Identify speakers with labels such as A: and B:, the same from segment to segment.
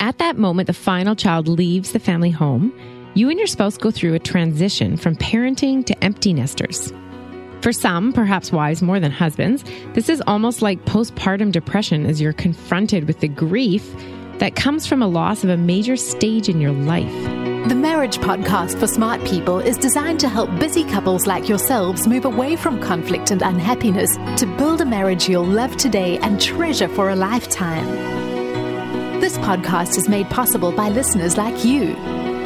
A: at that moment the final child leaves the family home, you and your spouse go through a transition from parenting to empty nesters. For some, perhaps wives more than husbands, this is almost like postpartum depression as you're confronted with the grief that comes from a loss of a major stage in your life.
B: The Marriage Podcast for Smart People is designed to help busy couples like yourselves move away from conflict and unhappiness to build a marriage you'll love today and treasure for a lifetime. This podcast is made possible by listeners like you.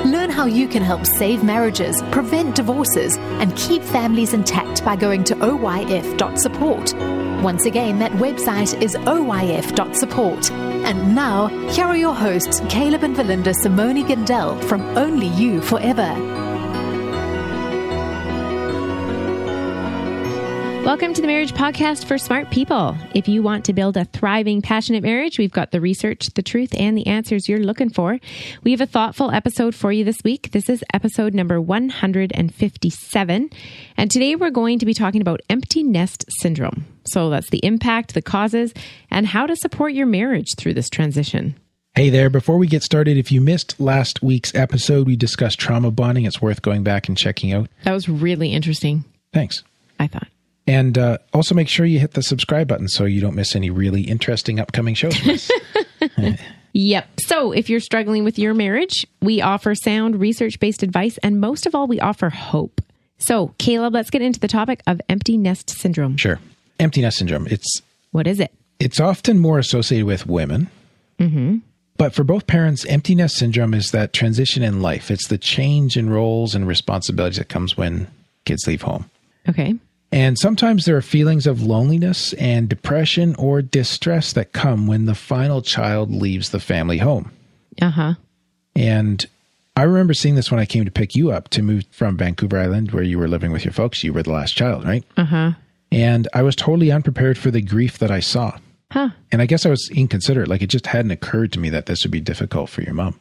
B: Learn how you can help save marriages, prevent divorces, and keep families intact by going to oyf.support. Once again, that website is oyf.support. And now, here are your hosts, Caleb and Valinda Simone Gandel from Only You Forever.
A: Welcome to the Marriage Podcast for Smart People. If you want to build a thriving, passionate marriage, we've got the research, the truth, and the answers you're looking for. We have a thoughtful episode for you this week. This is episode number 157. And today we're going to be talking about empty nest syndrome. So that's the impact, the causes, and how to support your marriage through this transition.
C: Hey there, before we get started, if you missed last week's episode, we discussed trauma bonding. It's worth going back and checking out.
A: That was really interesting,
C: Thanks.
A: I thought.
C: And uh, also make sure you hit the subscribe button so you don't miss any really interesting upcoming shows. from us.
A: Yep. So if you're struggling with your marriage, we offer sound, research based advice, and most of all, we offer hope. So, Caleb, let's get into the topic of empty nest syndrome.
C: sure. Empty nest syndrome. It's
A: What is it?
C: it's often more associated with women. Mm-hmm. But for both parents, empty nest syndrome is that transition in life. It's the change in roles and responsibilities that comes when kids leave home.
A: Okay.
C: And sometimes there are feelings of loneliness and depression or distress that come when the final child leaves the family home.
A: Uh
C: Uh-huh.
A: huh.
C: And I remember seeing this when I came to pick you up to move from Vancouver Island, where you were living with your folks. You were the last child, right?
A: Uh huh.
C: And I was totally unprepared for the grief that I saw.
A: Huh.
C: And I guess I was inconsiderate. Like it just hadn't occurred to me that this would be difficult for your mom.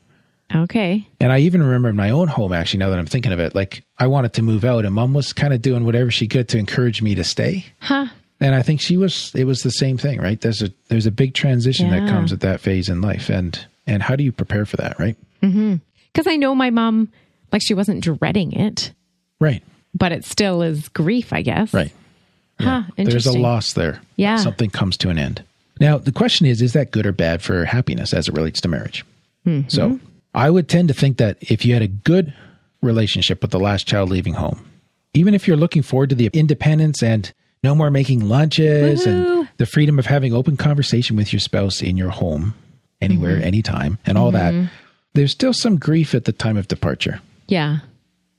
A: Okay.
C: And I even remember in my own home, actually, now that I'm thinking of it, like I wanted to move out and mom was kind of doing whatever she could to encourage me to stay.
A: Huh.
C: And I think she was, it was the same thing, right? There's a, there's a big transition
A: Yeah.
C: that comes at that phase in life. And, and how do you prepare for that? Right.
A: Because I know my mom, like, she wasn't dreading it,
C: Right.
A: but it still is grief, I guess.
C: Right.
A: Huh. Interesting.
C: There's a loss there.
A: Yeah.
C: Something comes to an end. Now, the question is is that good or bad for happiness as it relates to marriage?
A: Hmm.
C: So
A: Mm-hmm.
C: I would tend to think that if you had a good relationship with the last child leaving home, even if you're looking forward to the independence and no more making lunches
A: Woohoo.
C: and the freedom of having open conversation with your spouse in your home, anywhere,
A: Mm-hmm.
C: anytime, and all that, there's still some grief at the time of departure.
A: Yeah.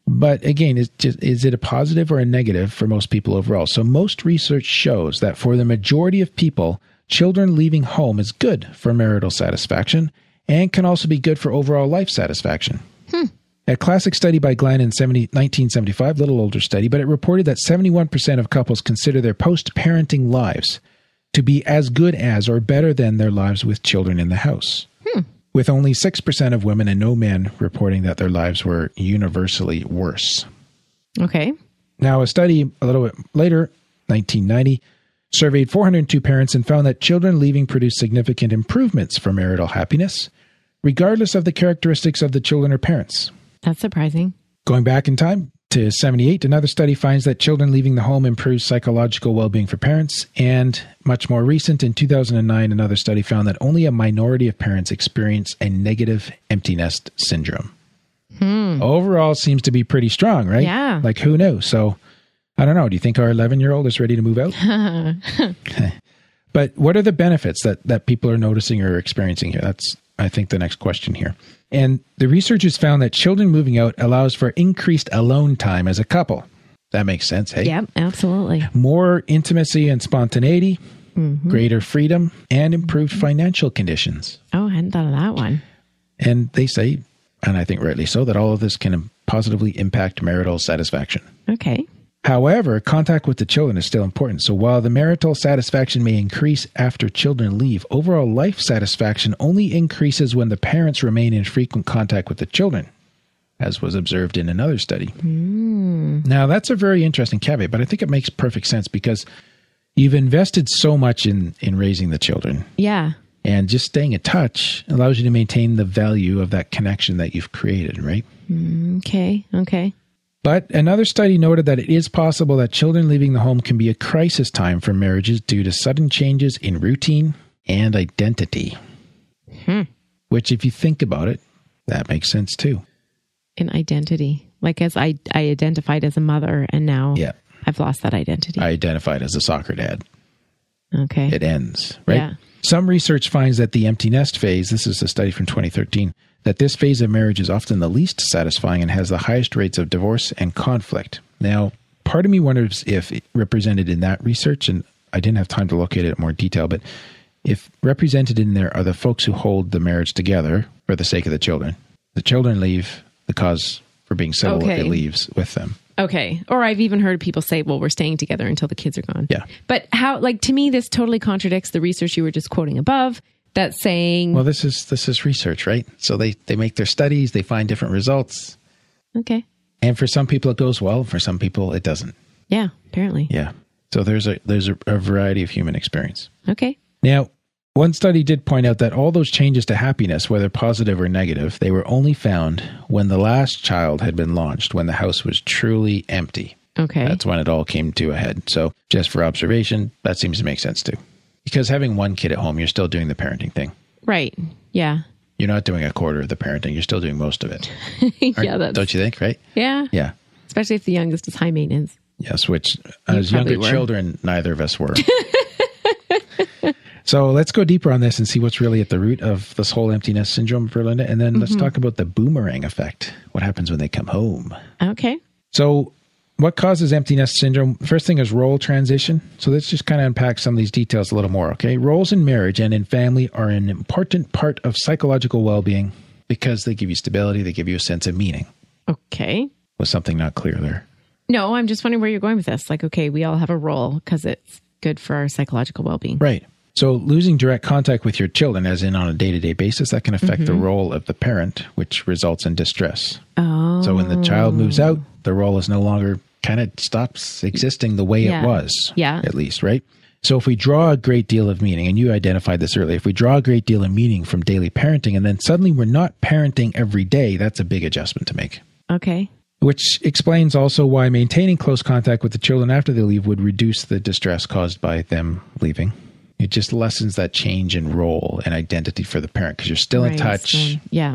C: But again, is just, is it a positive or a negative for most people overall? So most research shows that for the majority of people, children leaving home is good for marital satisfaction and can also be good for overall life satisfaction. A classic study by Glenn in 70, 1975, little older study, but it reported that 71% of couples consider their post-parenting lives to be as good as or better than their lives with children in the house with only 6% of women and no men reporting that their lives were universally worse.
A: Okay.
C: Now, a study a little bit later, 1990, surveyed 402 parents and found that children leaving produced significant improvements for marital happiness, regardless of the characteristics of the children or parents.
A: That's surprising.
C: Going back in time to 78, another study finds that children leaving the home improves psychological well being for parents. And much more recent, in 2009, another study found that only a minority of parents experience a negative empty nest syndrome. Overall, seems to be pretty strong, right?
A: Yeah.
C: Like, who knew? So, I don't know. Do you think our 11 year old is ready to move out? But what are the benefits that that people are noticing or experiencing here? That's I think the next question here. And the researchers found that children moving out allows for increased alone time as a couple. That makes sense, hey?
A: Yep. Absolutely.
C: More intimacy and spontaneity, greater freedom, and improved financial conditions.
A: Oh, I hadn't thought of that one.
C: And they say, and I think rightly so, that all of this can positively impact marital satisfaction.
A: Okay.
C: However, contact with the children is still important. So while the marital satisfaction may increase after children leave, overall life satisfaction only increases when the parents remain in frequent contact with the children, as was observed in another study. Now, that's a very interesting caveat, but I think it makes perfect sense because you've invested so much in in raising the children
A: Yeah.
C: And just staying in touch allows you to maintain the value of that connection that you've created, right?
A: Mm, Okay. Okay.
C: But another study noted that it is possible that children leaving the home can be a crisis time for marriages due to sudden changes in routine and identity.
A: Hmm.
C: Which, if you think about it, that makes sense too.
A: An identity. Like as I, I identified as a mother and now
C: Yeah.
A: I've lost that identity.
C: I identified as a soccer dad.
A: okay.
C: It ends, right?
A: Yeah.
C: Some research finds that the empty nest phase, this is a study from 2013, that this phase of marriage is often the least satisfying and has the highest rates of divorce and conflict. Now, part of me wonders if it represented in that research, and I didn't have time to look at it in more detail, but if represented in there are the folks who hold the marriage together for the sake of the children. The children leave, the cause for being civil,
A: Okay.
C: it leaves with them.
A: Okay. Or I've even heard people say, well, we're staying together until the kids are gone.
C: Yeah.
A: But how, like, to me, this totally contradicts the research you were just quoting above that's saying,
C: Well, this is this is research, right? So they, they make their studies, they find different results.
A: okay.
C: And for some people it goes well, for some people it doesn't.
A: Yeah, apparently.
C: Yeah. So there's a there's a, a variety of human experience.
A: Okay.
C: Now, one study did point out that all those changes to happiness, whether positive or negative, they were only found when the last child had been launched, when the house was truly empty.
A: Okay.
C: That's when it all came to a head. So, just for observation, that seems to make sense too. Because having one kid at home, you're still doing the parenting thing.
A: right. Yeah.
C: You're not doing a quarter of the parenting, you're still doing most of it.
A: yeah. That's,
C: Don't you think, right?
A: yeah.
C: Yeah.
A: Especially if the youngest is high maintenance.
C: Yes, which as
A: probably
C: younger
A: were.
C: children, neither of us were. so let's go deeper on this and see what's really at the root of this whole emptiness syndrome for Linda. And then
A: Mm-hmm.
C: let's talk about the boomerang effect. What happens when they come home?
A: Okay.
C: So, what causes emptiness syndrome? First thing is role transition. So, let's just kind of unpack some of these details a little more, okay? Roles in marriage and in family are an important part of psychological well being because they give you stability, they give you a sense of meaning.
A: Okay.
C: Was something not clear there?
A: No, I'm just wondering where you're going with this. Like, okay, we all have a role because it's good for our psychological well being.
C: Right. So losing direct contact with your children, as in on a day to day basis, that can affect
A: Mm-hmm.
C: the role of the parent, which results in distress.
A: Oh.
C: So when the child moves out, the role is no longer kind of stops existing the way
A: Yeah.
C: it was.
A: Yeah.
C: At least, right? So if we draw a great deal of meaning, and you identified this earlier, if we draw a great deal of meaning from daily parenting and then suddenly we're not parenting every day, that's a big adjustment to make
A: Okay.
C: which explains also why maintaining close contact with the children after they leave would reduce the distress caused by them leaving. It just lessens that change in role and identity for the parent because you're still in
A: Right,
C: touch.
A: so- yeah.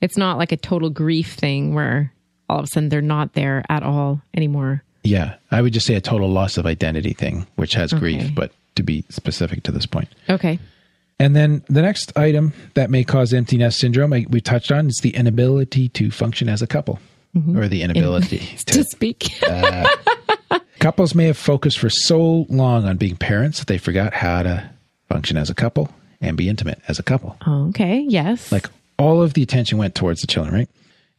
A: It's not like a total grief thing where all of a sudden they're not there at all anymore.
C: Yeah, I would just say a total loss of identity thing, which has
A: Okay.
C: grief, but to be specific to this point.
A: Okay.
C: And then the next item that may cause empty nest syndrome, I, we touched on, is the inability to function as a couple
A: Mm-hmm.
C: or the inability
A: To
C: to
A: speak.
C: Couples may have focused for so long on being parents that they forgot how to function as a couple and be intimate as a couple.
A: Oh, okay. Yes.
C: Like all of the attention went towards the children, right?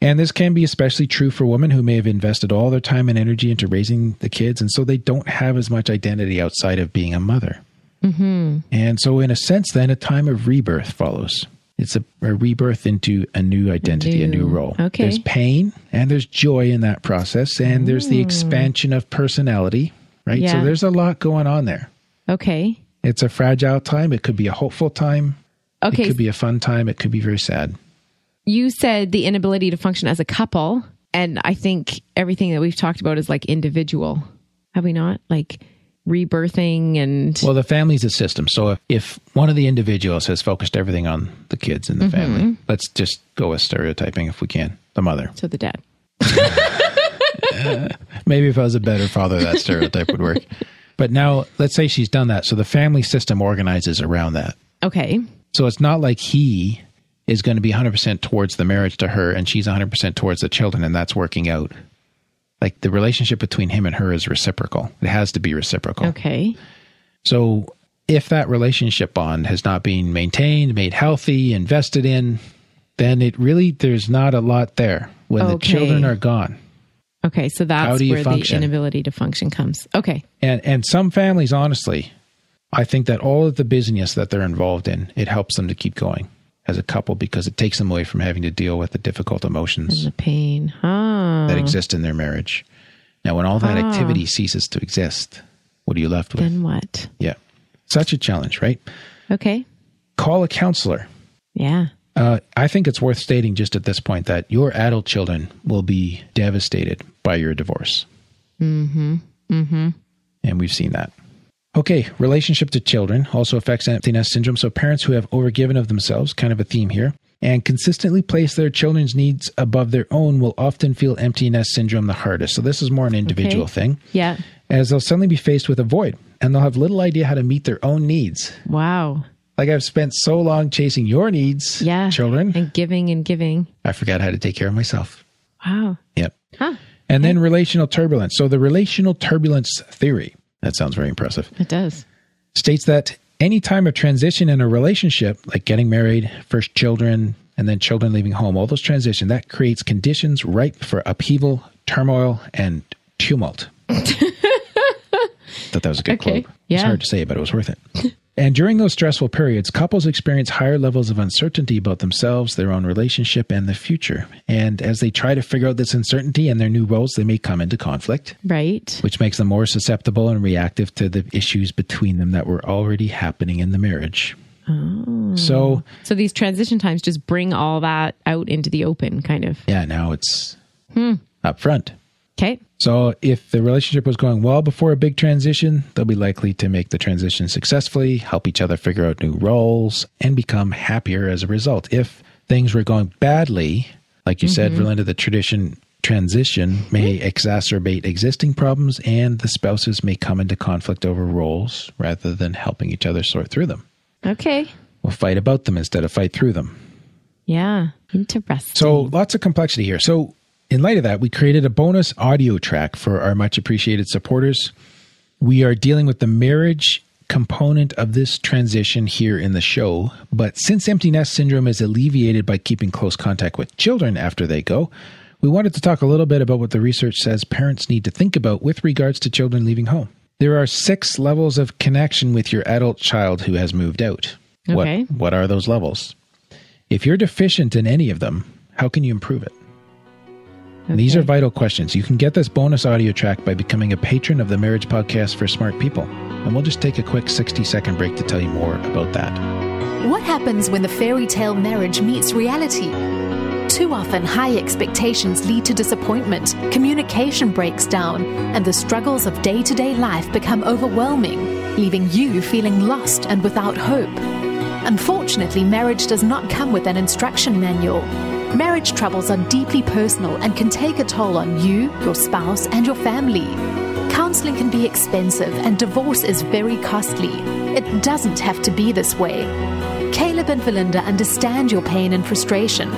C: And this can be especially true for women who may have invested all their time and energy into raising the kids. And so they don't have as much identity outside of being a mother. Mm-hmm. And so, in a sense, then a time of rebirth follows. It's a, a rebirth into a new identity, a new
A: New.
C: role.
A: Okay.
C: There's pain and there's joy in that process. And there's the expansion of personality, right? So,
A: Mm. Yeah.
C: there's a lot going on there.
A: okay.
C: It's a fragile time. It could be a hopeful time. It
A: Okay.
C: could be a fun time. It could be very sad.
A: you said the inability to function as a couple. And I think everything that we've talked about is like individual. Have we not? Like rebirthing and.
C: Well, the family's a system. So if, if one of the individuals has focused everything on the kids in the family, let's just go with stereotyping if we can. The mother.
A: so the dad.
C: Maybe if I was a better father, that stereotype would work. But now let's say she's done that. So the family system organizes around that.
A: Okay.
C: So it's not like he is going to be 100% towards the marriage to her and she's 100% towards the children and that's working out. Like the relationship between him and her is reciprocal. It has to be reciprocal.
A: Okay.
C: So if that relationship bond has not been maintained, made healthy, invested in, then it really there's not a lot there when the
A: Okay.
C: children are gone.
A: Okay. So
C: How
A: that's
C: do you
A: where
C: function?
A: the inability to function comes. Okay.
C: And and some families honestly, I think that all of the busyness that they're involved in, it helps them to keep going as a couple because it takes them away from having to deal with the difficult emotions
A: The pain. Huh.
C: that exist in their marriage. Now when all that activity ceases to exist, what are you left with?
A: Then what?
C: Yeah. Such a challenge, right?
A: Okay.
C: Call a counselor.
A: Yeah.
C: Uh, I think it's worth stating just at this point that your adult children will be devastated by your divorce.
A: Mm-hmm. Mm-hmm.
C: And we've seen that. Okay, relationship to children also affects emptiness syndrome. So parents who have overgiven of themselves, kind of a theme here, and consistently place their children's needs above their own will often feel emptiness syndrome the hardest. So this is more an individual
A: Okay.
C: thing,
A: Yeah.
C: as they'll suddenly be faced with a void and they'll have little idea how to meet their own needs.
A: Wow.
C: Like I've spent so long chasing your needs,
A: Yeah.
C: children.
A: And giving and giving.
C: I forgot how to take care of myself.
A: Wow.
C: Yep.
A: Huh.
C: And then relational turbulence. So the relational turbulence theory, that sounds very impressive,
A: It does.
C: states that any time of transition in a relationship, like getting married, first children, and then children leaving home, all those transition, that creates conditions ripe for upheaval, turmoil, and tumult. Thought that was a good
A: Okay.
C: quote.
A: Yeah.
C: It's hard to say, but it was worth it. and during those stressful periods, couples experience higher levels of uncertainty about themselves, their own relationship, and the future. And as they try to figure out this uncertainty and their new roles, they may come into conflict
A: Right.
C: which makes them more susceptible and reactive to the issues between them that were already happening in the marriage. So,
A: So these transition times just bring all that out into the open, kind of.
C: yeah, now it's up front.
A: Okay.
C: So, if the relationship was going well before a big transition, they'll be likely to make the transition successfully, help each other figure out new roles, and become happier as a result. If things were going badly, like you said, Verlinda, the tradition transition may exacerbate existing problems, and the spouses may come into conflict over roles rather than helping each other sort through them.
A: Okay.
C: We'll fight about them instead of fight through them.
A: Yeah. Interesting.
C: So lots of complexity here. So in light of that, we created a bonus audio track for our much appreciated supporters. We are dealing with the marriage component of this transition here in the show, but since empty nest syndrome is alleviated by keeping close contact with children after they go, we wanted to talk a little bit about what the research says parents need to think about with regards to children leaving home. There are six levels of connection with your adult child who has moved out.
A: Okay.
C: What, what are those levels? If you're deficient in any of them, how can you improve it? And These are
A: Okay.
C: vital questions. You can get this bonus audio track by becoming a patron of the Marriage Podcast for Smart People. And we'll just take a quick 60 second break to tell you more about that.
B: What happens when the fairy tale marriage meets reality? Too often, high expectations lead to disappointment, communication breaks down, and the struggles of day to day life become overwhelming, leaving you feeling lost and without hope. Unfortunately, marriage does not come with an instruction manual. Marriage troubles are deeply personal and can take a toll on you, your spouse, and your family. Counseling can be expensive and divorce is very costly. It doesn't have to be this way. Caleb and Valinda understand your pain and frustration.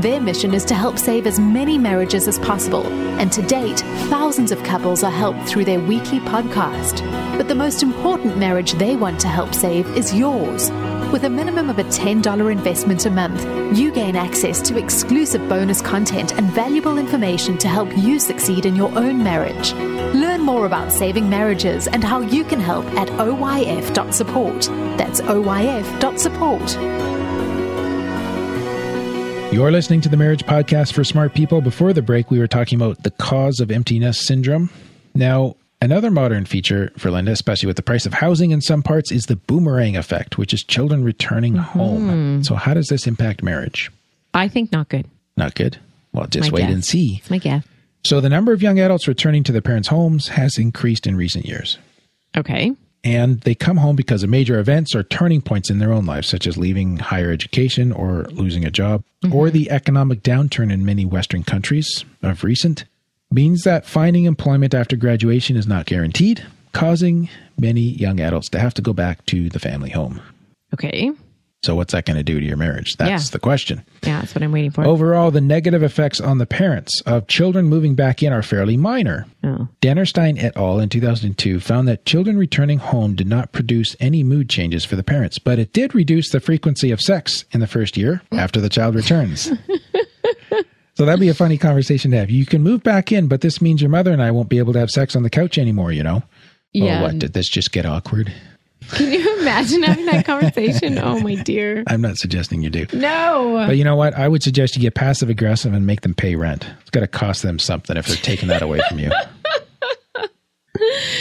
B: Their mission is to help save as many marriages as possible, and to date, thousands of couples are helped through their weekly podcast. But the most important marriage they want to help save is yours. With a minimum of a $10 investment a month, you gain access to exclusive bonus content and valuable information to help you succeed in your own marriage. Learn more about saving marriages and how you can help at oyf.support. That's oyf.support.
C: You're listening to the Marriage Podcast for Smart People. Before the break, we were talking about the cause of emptiness syndrome. Now, another modern feature for Linda, especially with the price of housing in some parts, is the boomerang effect, which is children returning
A: Mm-hmm.
C: home. So, how does this impact marriage?
A: I think not good.
C: Not good. Well, just
A: My
C: wait
A: guess.
C: and see.
A: It's my guess.
C: So, the number of young adults returning to their parents' homes has increased in recent years.
A: Okay.
C: And they come home because of major events or turning points in their own lives, such as leaving higher education or losing a job, or the economic downturn in many Western countries of recent, means that finding employment after graduation is not guaranteed, causing many young adults to have to go back to the family home.
A: Okay.
C: So, what's that going to do to your marriage? That's
A: Yeah.
C: the question.
A: Yeah, that's what I'm waiting for.
C: Overall, the negative effects on the parents of children moving back in are fairly minor.
A: Oh.
C: Dannerstein et al. in 2002 found that children returning home did not produce any mood changes for the parents, but it did reduce the frequency of sex in the first year after the child returns. so that'd be a funny conversation to have. You can move back in, but this means your mother and I won't be able to have sex on the couch anymore, you know?
A: Yeah.
C: Or what? Did this just get awkward?
A: Can you imagine having that conversation? Oh my dear.
C: I'm not suggesting you do.
A: No.
C: But you know what? I would suggest you get passive aggressive and make them pay rent. It's got to cost them something if they're taking that away from you.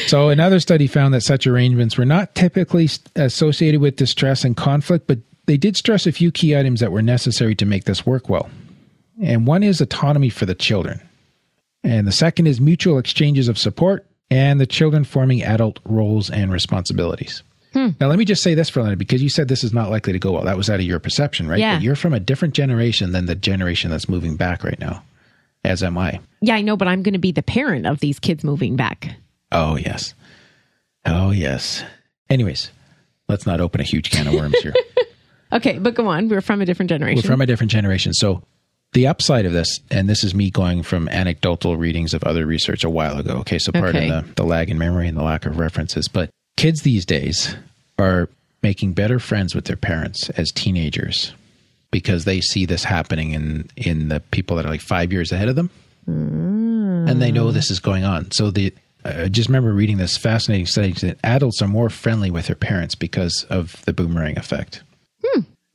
C: So, another study found that such arrangements were not typically associated with distress and conflict, but they did stress a few key items that were necessary to make this work well. And one is autonomy for the children. And the second is mutual exchanges of support and the children forming adult roles and responsibilities. Hmm. Now, let me just say this for a minute because you said this is not likely to go well. That was out of your perception, right?
A: Yeah.
C: But you're from a different generation than the generation that's moving back right now, as am I.
A: Yeah, I know, but I'm going to be the parent of these kids moving back.
C: Oh, yes. Oh, yes. Anyways, let's not open a huge can of worms here.
A: Okay, but go on. We're from a different generation.
C: We're from a different generation. So, the upside of this, and this is me going from anecdotal readings of other research a while ago. Okay, so pardon
A: Okay.
C: the, the lag in memory and the lack of references, but kids these days are making better friends with their parents as teenagers because they see this happening in in the people that are like five years ahead of them,
A: Mm.
C: and they know this is going on. So the I just remember reading this fascinating study that adults are more friendly with their parents because of the boomerang effect.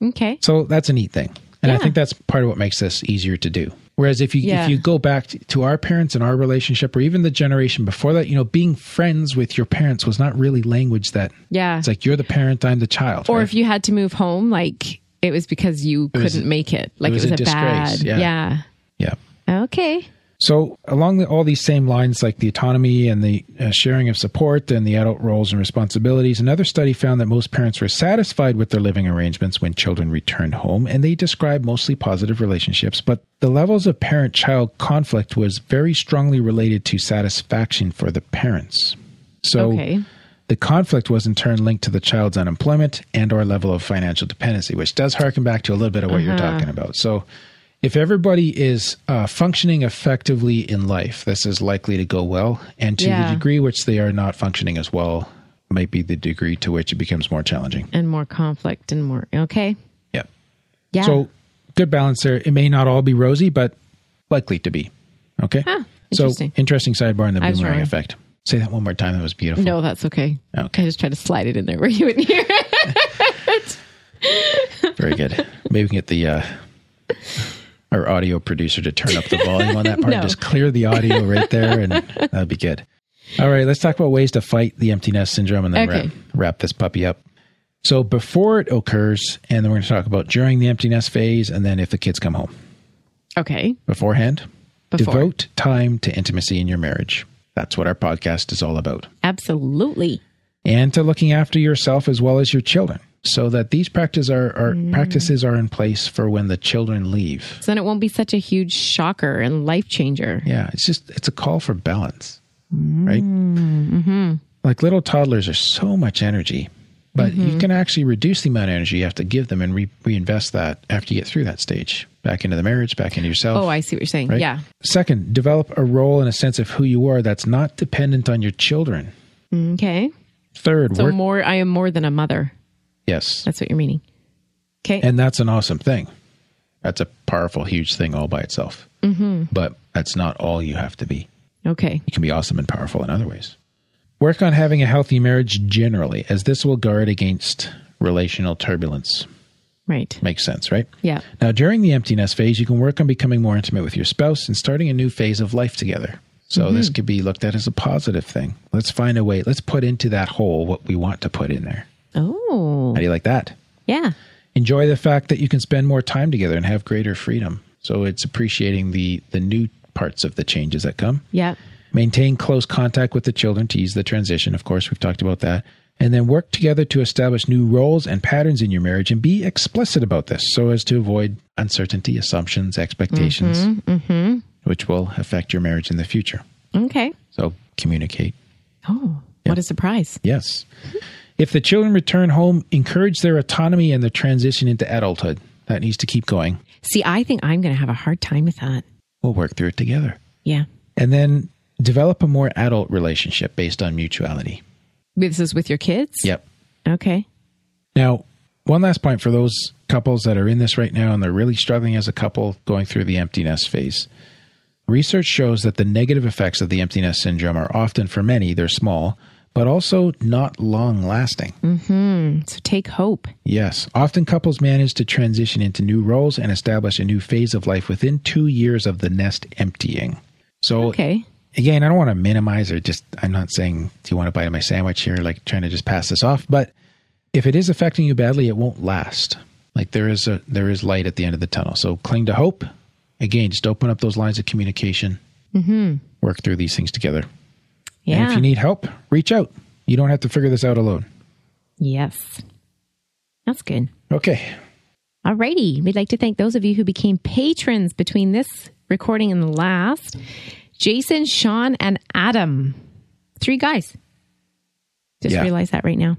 A: okay.
C: So that's a neat thing. And I
A: Yeah.
C: think that's part of what makes this easier to do. Whereas if you
A: Yeah.
C: if you go back t- to our parents and our relationship or even the generation before that, you know, being friends with your parents was not really language that
A: Yeah.
C: it's like you're the parent, I'm the child.
A: or
C: right?
A: if you had to move home, like it was because you
C: was-
A: couldn't make it. Like it
C: was
A: was,
C: a
A: a,
C: disgrace,
A: bad.
C: yeah. yeah.
A: yeah. Okay.
C: So along the, all these same lines, like the autonomy and the uh, sharing of support and the adult roles and responsibilities, another study found that most parents were satisfied with their living arrangements when children returned home, and they described mostly positive relationships. But the levels of parent-child conflict was very strongly related to satisfaction for the parents. So
A: Okay.
C: the conflict was in turn linked to the child's unemployment and or level of financial dependency, which does harken back to a little bit of what you're
A: Mm-hmm.
C: talking about. So if everybody is uh, functioning effectively in life, this is likely to go well. And to
A: Yeah.
C: the degree which they are not functioning as well, might be the degree to which it becomes more challenging.
A: And more conflict and more. Okay.
C: Yeah.
A: Yeah.
C: So good balance there. It may not all be rosy, but likely to be. Okay.
A: interesting.
C: So interesting sidebar in the
A: I was
C: boomerang
A: wrong.
C: effect. Say that one more time. That was beautiful.
A: no, that's okay.
C: Okay.
A: I just tried to slide it in there where you would hear.
C: Very good. Maybe we can get the uh, our audio producer to turn up the volume on that part.
A: No.
C: Just clear the audio right there, and that'd be good. All right, let's talk about ways to fight the empty nest syndrome, and then
A: Okay.
C: wrap, wrap this puppy up. So before it occurs, and then we're going to talk about during the empty nest phase, and then if the kids come home
A: Okay.
C: beforehand.
A: Before.
C: Devote time to intimacy in your marriage. That's what our podcast is all about
A: Absolutely.
C: and to looking after yourself as well as your children so that these practices are, are
A: Mm.
C: practices are in place for when the children leave
A: So then it won't be such a huge shocker and life changer.
C: yeah it's just it's a call for balance
A: Mm.
C: right
A: Mm-hmm.
C: like little toddlers are so much energy but you
A: Mm-hmm.
C: can actually reduce the amount of energy you have to give them and re- reinvest that after you get through that stage back into the marriage back into yourself
A: Oh, I see what you're saying.
C: right?
A: Yeah.
C: second develop a role and a sense of who you are that's not dependent on your children
A: Okay.
C: third
A: So
C: work
A: more, I am more than a mother.
C: yes
A: That's what you're meaning. Okay.
C: And that's an awesome thing. That's a powerful, huge thing all by itself. Mm-hmm. But that's not all you have to be.
A: okay.
C: You can be awesome and powerful in other ways. Work on having a healthy marriage generally, as this will guard against relational turbulence.
A: Right.
C: Makes sense, right?
A: Yeah.
C: Now, during the emptiness phase, you can work on becoming more intimate with your spouse and starting a new phase of life together. So, this could be looked at as a positive thing. Let's find a way, let's put into that hole what we want to put in there.
A: Oh.
C: How do you like that?
A: Yeah.
C: enjoy the fact that you can spend more time together and have greater freedom. So it's appreciating the the new parts of the changes that come.
A: Yeah.
C: Maintain close contact with the children to ease the transition. Of course, we've talked about that. And then work together to establish new roles and patterns in your marriage and be explicit about this so as to avoid uncertainty, assumptions, expectations, which will affect your marriage in the future.
A: Okay.
C: So communicate.
A: Oh, what a surprise.
C: Yes. If the children return home, encourage their autonomy and the transition into adulthood. That needs to keep going.
A: See, I think I'm going to have a hard time with that.
C: we'll work through it together.
A: Yeah.
C: And then develop a more adult relationship based on mutuality.
A: This is with your kids?
C: Yep.
A: Okay.
C: Now, one last point for those couples that are in this right now and they're really struggling as a couple going through the empty nest phase. Research shows that the negative effects of the empty nest syndrome are often, for many, they're small, but also not long lasting.
A: Mm-hmm. So take hope.
C: Yes. Often couples manage to transition into new roles and establish a new phase of life within two years of the nest emptying. So
A: Okay.
C: again, I don't want to minimize or just, I'm not saying, do you want to bite of my sandwich here? Like trying to just pass this off. But if it is affecting you badly, it won't last. Like there is a, there is light at the end of the tunnel. So cling to hope. Again, just open up those lines of communication,
A: Mm-hmm.
C: work through these things together.
A: Yeah.
C: And if you need help, reach out. You don't have to figure this out alone.
A: yes. That's good.
C: Okay.
A: Alrighty. We'd like to thank those of you who became patrons between this recording and the last. Jason, Sean, and Adam. Three guys. Just
C: Yeah.
A: realized that right now.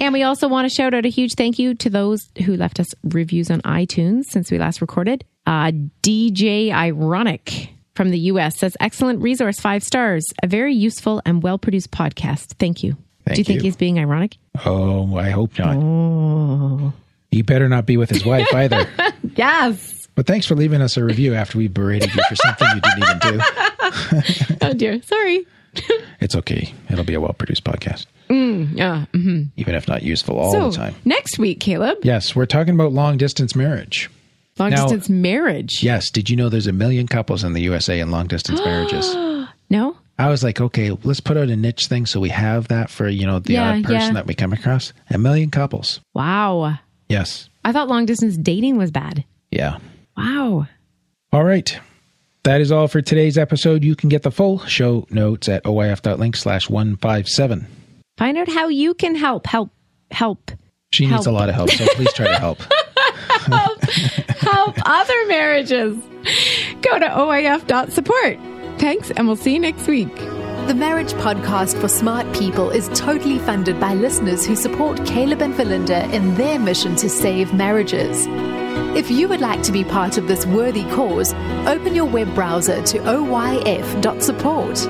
A: And we also want to shout out a huge thank you to those who left us reviews on iTunes since we last recorded. Uh, DJ Ironic from the US says, excellent resource, five stars, a very useful and well produced podcast. Thank you.
C: Thank
A: Do you think
C: you.
A: he's being ironic?
C: Oh, I hope not.
A: Oh,
C: He better not be with his wife either.
A: yes.
C: But thanks for leaving us a review after we berated you for something you didn't even do.
A: Oh, dear. Sorry.
C: It's okay. It'll be a well produced podcast,
A: Yeah. mhm.
C: even if not useful all
A: so
C: the time.
A: next week, Caleb,
C: Yes, we're talking about long distance marriage.
A: long
C: Now-
A: distance marriage.
C: Yes, did you know there's a million couples in the USA in long distance marriages?
A: No?
C: I was like, okay, let's put out a niche thing so we have that for, you know, the
A: Yeah,
C: odd person
A: yeah.
C: that we come across. A million couples.
A: Wow.
C: Yes.
A: I thought long distance dating was bad.
C: Yeah.
A: Wow.
C: All right. That is all for today's episode. You can get the full show notes at oif.link slash 157.
A: Find out how you can help. Help. Help.
C: She needs
A: Help.
C: a lot of help, so please try to help.
A: Help other marriages. Go to oif.support. Thanks, and we'll see you next week.
B: The Marriage Podcast for Smart People is totally funded by listeners who support Caleb and Valinda in their mission to save marriages. If you would like to be part of this worthy cause, open your web browser to oyf.support.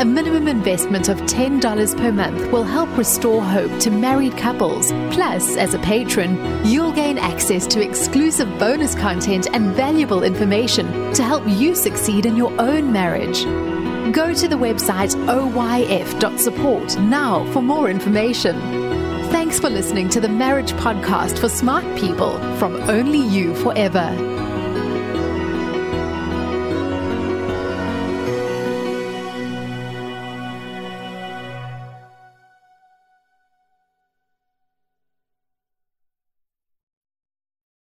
B: A minimum investment of $10 per month will help restore hope to married couples. Plus, as a patron, you'll gain access to exclusive bonus content and valuable information to help you succeed in your own marriage. Go to the website oyf.support now for more information. Thanks for listening to the Marriage Podcast for Smart People from Only You Forever.